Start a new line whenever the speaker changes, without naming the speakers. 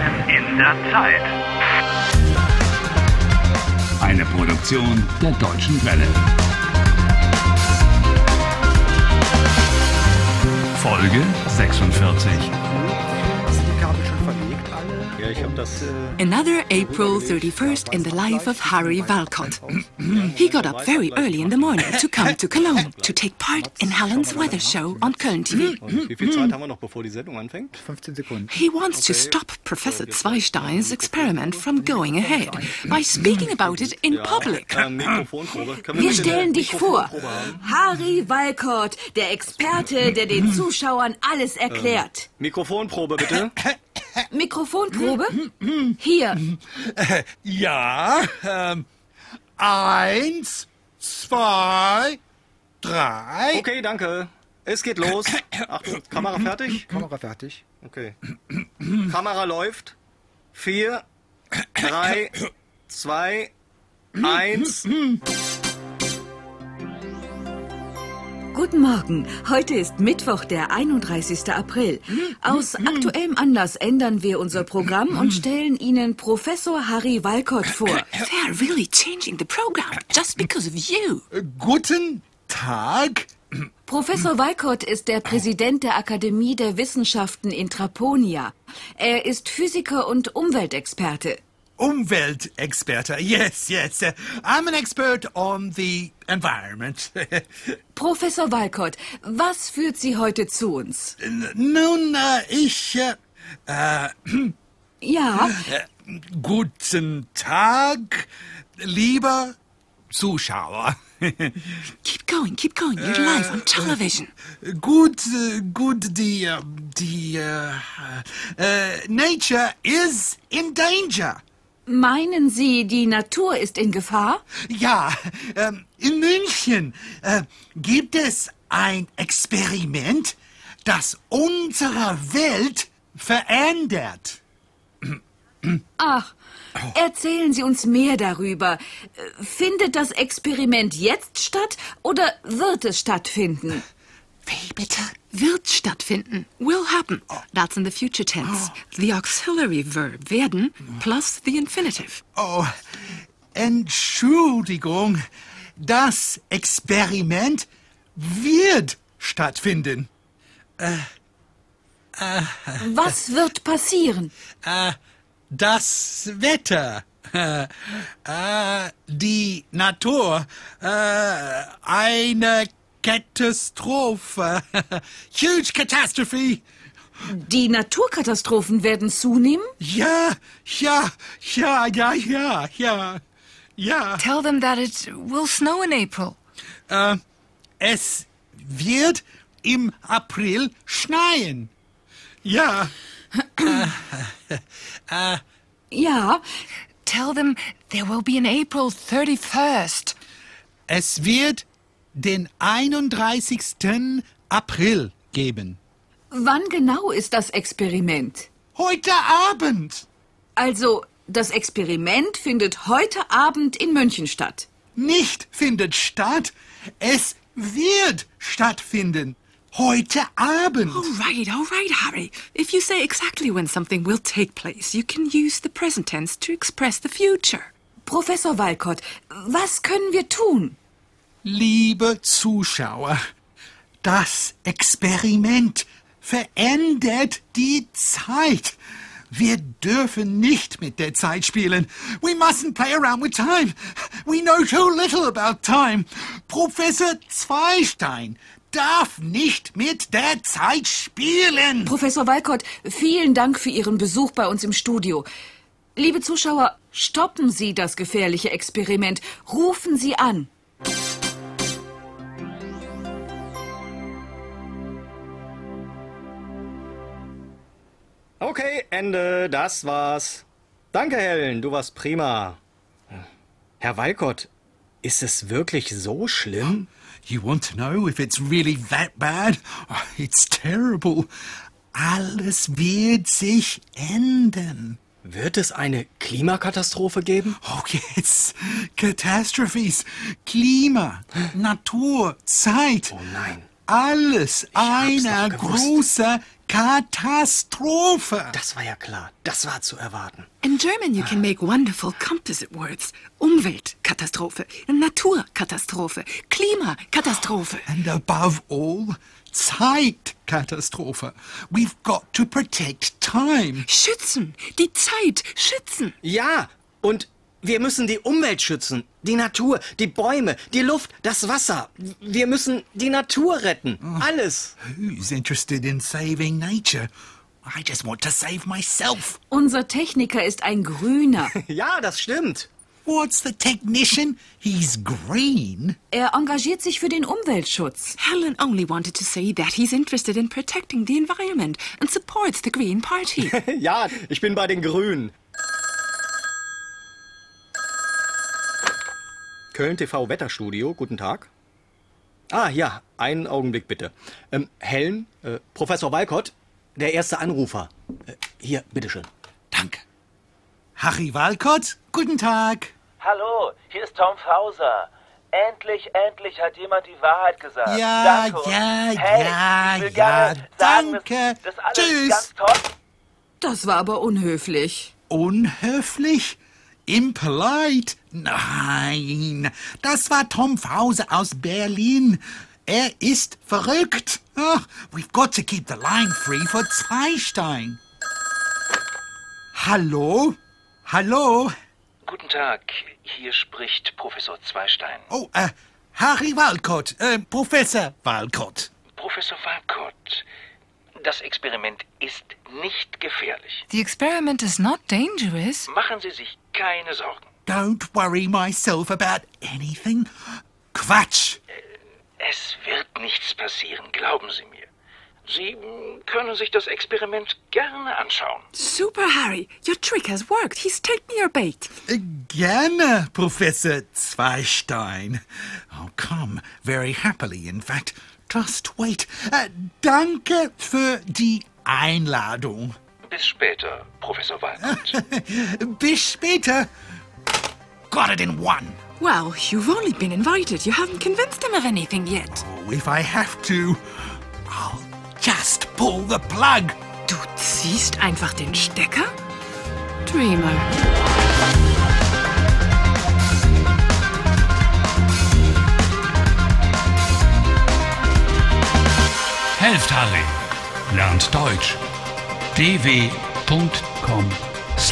der Zeit.
Eine Produktion der Deutschen Welle. Folge 46.
Sind die Kabel schon verlegt alle?
Ja, ich habe das.
Another April 31st in the life of Harry Walcott. He got up very early in the morning to come to Cologne to take part in Helen's weather show on Köln TV.
Wie viel Zeit haben wir noch, bevor die Sendung anfängt?
15 Sekunden.
He wants to stop Professor Zweistein's experiment from going ahead by speaking about it in public.
Ähm, Mikrofonprobe. Können
Wir
bitte
stellen
eine
dich vor.
Mikrofonprobe haben?
Harry Walcott, der Experte, der den Zuschauern alles erklärt.
Mikrofonprobe, bitte.
Äh, Mikrofonprobe? Hier.
Ja, ähm, eins, zwei, drei.
Okay, danke. Es geht los. Achtung, Kamera fertig?
Kamera fertig.
Okay. Kamera läuft. Vier, drei, zwei, eins.
Guten Morgen. Heute ist Mittwoch, der 31. April. Aus aktuellem Anlass ändern wir unser Programm und stellen Ihnen Professor Harry Walcott vor.
They're really changing the program just because of you.
Guten Tag.
Professor Walcott ist der Präsident der Akademie der Wissenschaften in Traponia. Er ist Physiker und Umweltexperte.
Umweltexperte. Yes, yes. uh, I'm an expert on the environment.
Professor Walcott, was führt Sie heute zu uns?
Nun, äh, ich. äh,
Ja,
Guten Tag, lieber Zuschauer.
Keep going, keep going. You're live on television.
Good, uh, good. The uh, the uh, uh, nature is in danger.
meinen Sie, die Natur ist in Gefahr?
Ja, ähm, in München äh, gibt es ein Experiment, das unsere Welt verändert.
Ach, erzählen Sie uns mehr darüber. Äh, Findet das Experiment jetzt statt oder wird es stattfinden?
Wie bitte?
Wird stattfinden. Will happen. That's in the future tense. The auxiliary verb werden plus the infinitive.
Oh, Entschuldigung, das Experiment wird stattfinden.
Was wird passieren?
Das Wetter, äh, äh, die Natur, äh, eine Katastrophe, huge catastrophe.
Die Naturkatastrophen werden zunehmen?
Ja, ja, ja, ja, ja, ja, ja.
Tell them that it will snow in April.
Äh, es wird im April schneien. Ja,
Ja,
Tell them there will be an April 31st.
es wird den 31. April geben.
wann genau ist das Experiment?
Heute Abend.
Also, das Experiment findet heute Abend in München statt.
nicht findet statt. Es wird stattfinden. Heute Abend.
All right, all right, Harry. If you say exactly when something will take place, you can use the present tense to express the future.
Professor Walcott, was können wir tun?
Liebe Zuschauer, das Experiment verändert die Zeit. Wir dürfen nicht mit der Zeit spielen. We mustn't play around with time. We know too little about time. Professor Zweistein darf nicht mit der Zeit spielen.
Professor Walcott, vielen Dank für Ihren Besuch bei uns im Studio. Liebe Zuschauer, stoppen Sie das gefährliche Experiment. Rufen Sie an.
Okay, Ende. Das war's. Danke, Helen. Du warst prima. Herr Walcott, ist es wirklich so schlimm?
You want to know if it's really that bad? Oh, It's terrible. Alles wird sich ändern.
Wird es eine Klimakatastrophe geben?
Oh yes, Catastrophes, Klima, Natur, Zeit.
nein.
Alles
hab's
eine
doch gewusst.
große Katastrophe.
Das war ja klar. Das war zu erwarten.
In German, you can make wonderful composite words. Umweltkatastrophe, Naturkatastrophe, Klimakatastrophe.
And above all, Zeitkatastrophe. We've got to protect time.
Schützen, die Zeit schützen.
Ja, und wir müssen die Umwelt schützen. Die Natur, die Bäume, die Luft, das Wasser. Wir müssen die Natur retten. Alles.
Who's interested in saving nature? I just want to save myself.
Unser Techniker ist ein Grüner.
Ja, das stimmt.
What's the technician? He's green.
Er engagiert sich für den Umweltschutz.
Helen only wanted to say that he's interested in protecting the environment and supports the Green Party.
Ja, ich bin bei den Grünen. Köln TV Wetterstudio, guten Tag. Ah ja, einen Augenblick bitte. Ähm, Helen, äh, Professor Walcott, der erste Anrufer. Äh, hier, bitteschön.
Danke. Harry Walcott, guten Tag.
Hallo, hier ist Tom Fauser. Endlich, endlich hat jemand die Wahrheit gesagt.
Ja,
Danke.
ja,
hey,
ja,
ich will
ja,
gerne sagen,
danke.
Dass, dass alles
Tschüss.
Ganz toll.
Das war aber unhöflich.
Unhöflich? Impolite? Nein, das war Tom Fause aus Berlin. Er ist verrückt. Ah, we've got to keep the line free for Zweistein. Hallo? Hallo?
Guten Tag, hier spricht Professor Zweistein.
Oh, äh, Harry Walcott, äh, Professor Walcott.
Professor Walcott, das Experiment ist nicht gefährlich.
The experiment is not dangerous.
Machen Sie sich keine Sorgen.
Don't worry myself about anything. Quatsch.
Es wird nichts passieren, glauben Sie mir. Sie mm, können sich das Experiment gerne anschauen.
Super Harry, your trick has worked. He's taken your bait.
Äh, Gerne, Professor Zweistein. I'll come very happily, in fact. Just wait. Äh, danke für die Einladung.
Bis später, Professor Walcott.
Bis später. Got it in one.
Well, you've only been invited. You haven't convinced him of anything yet.
Oh, if I have to, I'll just pull the plug.
Du ziehst einfach den Stecker? Dreamer.
Helft Harry. Lernt Deutsch. dw.com/harry.